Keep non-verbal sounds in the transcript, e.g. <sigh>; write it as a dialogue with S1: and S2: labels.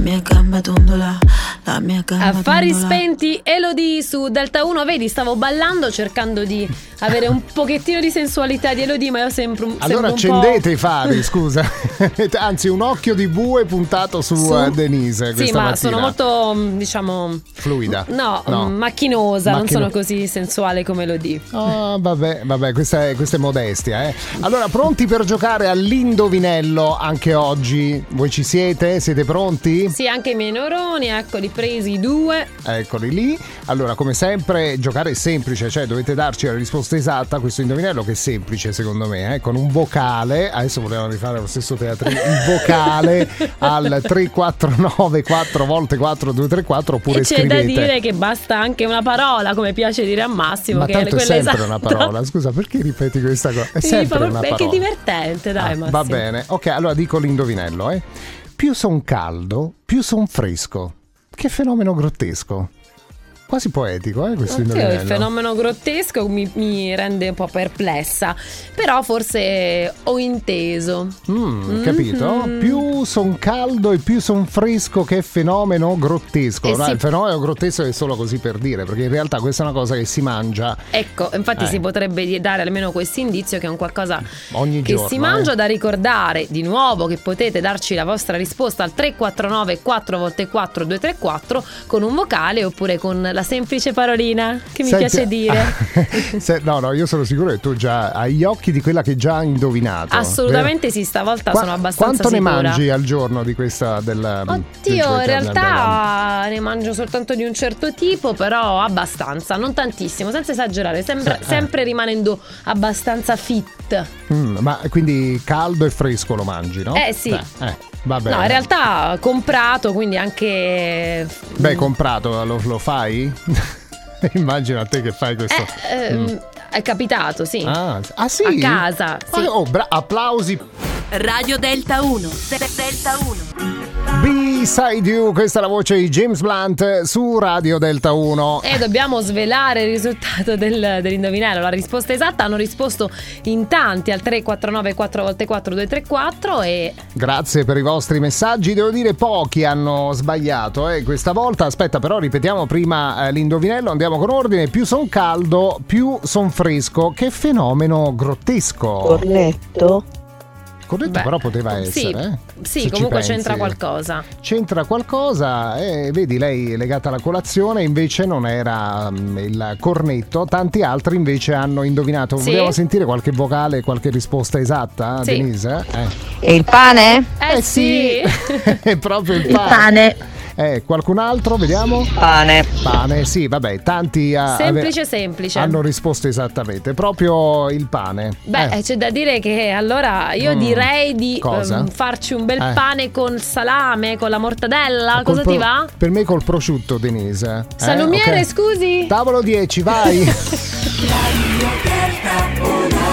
S1: mia gamba dondola, la mia
S2: Ah,
S1: gamba
S3: Affari
S1: dondola.
S3: spenti, Elodie su Delta 1. Vedi, stavo ballando cercando di avere un pochettino di sensualità di Elodie, ma io sempre un sembro
S2: Allora
S3: un po'-
S2: accendete i fari, scusa. <laughs> Anzi, un occhio di bue puntato su,
S3: Su-
S2: eh, Denise
S3: Sì,
S2: questa
S3: ma
S2: mattina.
S3: sono molto, mm, diciamo.
S2: fluida.
S3: No, mm, macchinosa, non
S2: Macchino-
S3: sono così sensuale come Elodie.
S2: Ah, vabbè, vabbè, questa è, questa è modestia. eh. Allora, pronti per giocare all'indovinello anche oggi? Voi ci siete? Siete pronti?
S3: Sì, anche i miei neuroni, eccoli presi due.
S2: Eccoli lì. Allora, come sempre, giocare è semplice, cioè dovete darci la risposta esatta a questo indovinello che è semplice secondo me, eh, con un vocale. Adesso volevano rifare lo stesso teatro, il
S3: <laughs>
S2: vocale al 349 4 volte 4234 oppure
S3: e c'è
S2: scrivete.
S3: da dire che basta anche una parola, come piace dire a Massimo.
S2: Ma
S3: che
S2: tanto è
S3: quella
S2: sempre
S3: esatta.
S2: una parola. Scusa, perché ripeti questa cosa? È
S3: Sì,
S2: sempre
S3: fa-
S2: una
S3: perché
S2: parola.
S3: è divertente, dai,
S2: Ah,
S3: Massimo.
S2: Va bene. Ok, allora dico l'indovinello, eh. Più son caldo, più son fresco. Che fenomeno grottesco. Quasi poetico, eh, questo
S3: Oddio,
S2: indovinello.
S3: il fenomeno grottesco mi, mi rende un po' perplessa, però forse ho inteso.
S2: Mm, capito?
S3: Mhm.
S2: Più son caldo e più son fresco, che fenomeno grottesco.
S3: Eh
S2: No,
S3: sì.
S2: Il fenomeno grottesco è solo così per dire, perché in realtà questa è una cosa che si mangia
S3: Ecco, infatti
S2: Eh.
S3: si potrebbe di- dare almeno questo indizio che è un qualcosa
S2: ogni
S3: che
S2: giorno.
S3: si
S2: eh.
S3: mangia da ricordare di nuovo che potete darci la vostra risposta al 349 4 volte 4 234 con un vocale oppure con la semplice parolina che mi
S2: Senti- ah,
S3: piace dire.
S2: <laughs> Se- no, no, io sono sicuro che tu già hai gli occhi di quella che già hai indovinato.
S3: Assolutamente sì, stavolta
S2: Qua-
S3: sono abbastanza
S2: Quanto
S3: sicura.
S2: ne mangi al giorno di questa del del
S3: Oddio,
S2: gioco
S3: in
S2: che abbiamo?
S3: realtà ne mangio soltanto di un certo tipo, però abbastanza, non tantissimo, senza esagerare, sembra-
S2: Sì, eh.
S3: sempre rimanendo abbastanza fit.
S2: Mm, ma quindi caldo e fresco lo mangi, no?
S3: Eh, sì.
S2: eh, va bene.
S3: No, in realtà comprato, quindi anche... Eh,
S2: Beh, comprato lo, lo fai? <laughs> Immagino a te che fai questo. Mm.
S3: Eh, ehm, È capitato, sì.
S2: Ah, ah, sì?
S3: A casa, sì.
S2: Ah, oh, bra- applausi.
S4: Radio Delta 1. De- Delta 1.
S2: Beside you, questa è la voce di James Blunt su Radio Delta 1.
S3: E dobbiamo svelare il risultato del- dell'indovinello. La risposta esatta hanno risposto in tanti al 349 4x4 234 e
S2: Grazie per i vostri messaggi. Devo dire, pochi hanno sbagliato eh, questa volta. Aspetta, però, ripetiamo prima eh, l'indovinello. Andiamo con ordine. Più son caldo, più son fresco. Che fenomeno grottesco.
S5: cornetto,
S2: Corretto,
S3: Beh,
S2: però, poteva
S3: sì,
S2: essere. eh,
S3: sì,
S2: se ci
S3: comunque
S2: pensi.
S3: c'entra qualcosa.
S2: C'entra qualcosa, eh, vedi lei è legata alla colazione, invece non era mm, il cornetto, tanti altri invece hanno indovinato.
S3: Sì.
S2: Vogliamo sentire qualche vocale, qualche risposta esatta,
S3: Sì.
S2: Denise? Eh.
S5: e il pane?
S3: Eh, sì.
S2: <laughs> è proprio il pane. Eh, qualcun altro, vediamo.
S5: Pane.
S2: Pane, sì, vabbè, tanti ah,
S3: semplice,
S2: ave-
S3: semplice.
S2: hanno risposto esattamente, proprio il pane.
S3: Beh,
S2: Eh,
S3: c'è da dire che allora io
S2: Mm.
S3: direi di
S2: Cosa?
S3: ehm, farci un bel
S2: Eh.
S3: pane con salame, con la mortadella.
S2: col
S3: Cosa
S2: Eh, pro-
S3: ti va?
S2: Per me col prosciutto, Denise. Eh,
S3: Salumiere, <laughs>
S2: ok.
S3: scusi.
S2: Tavolo 10, vai.
S4: Delta 1.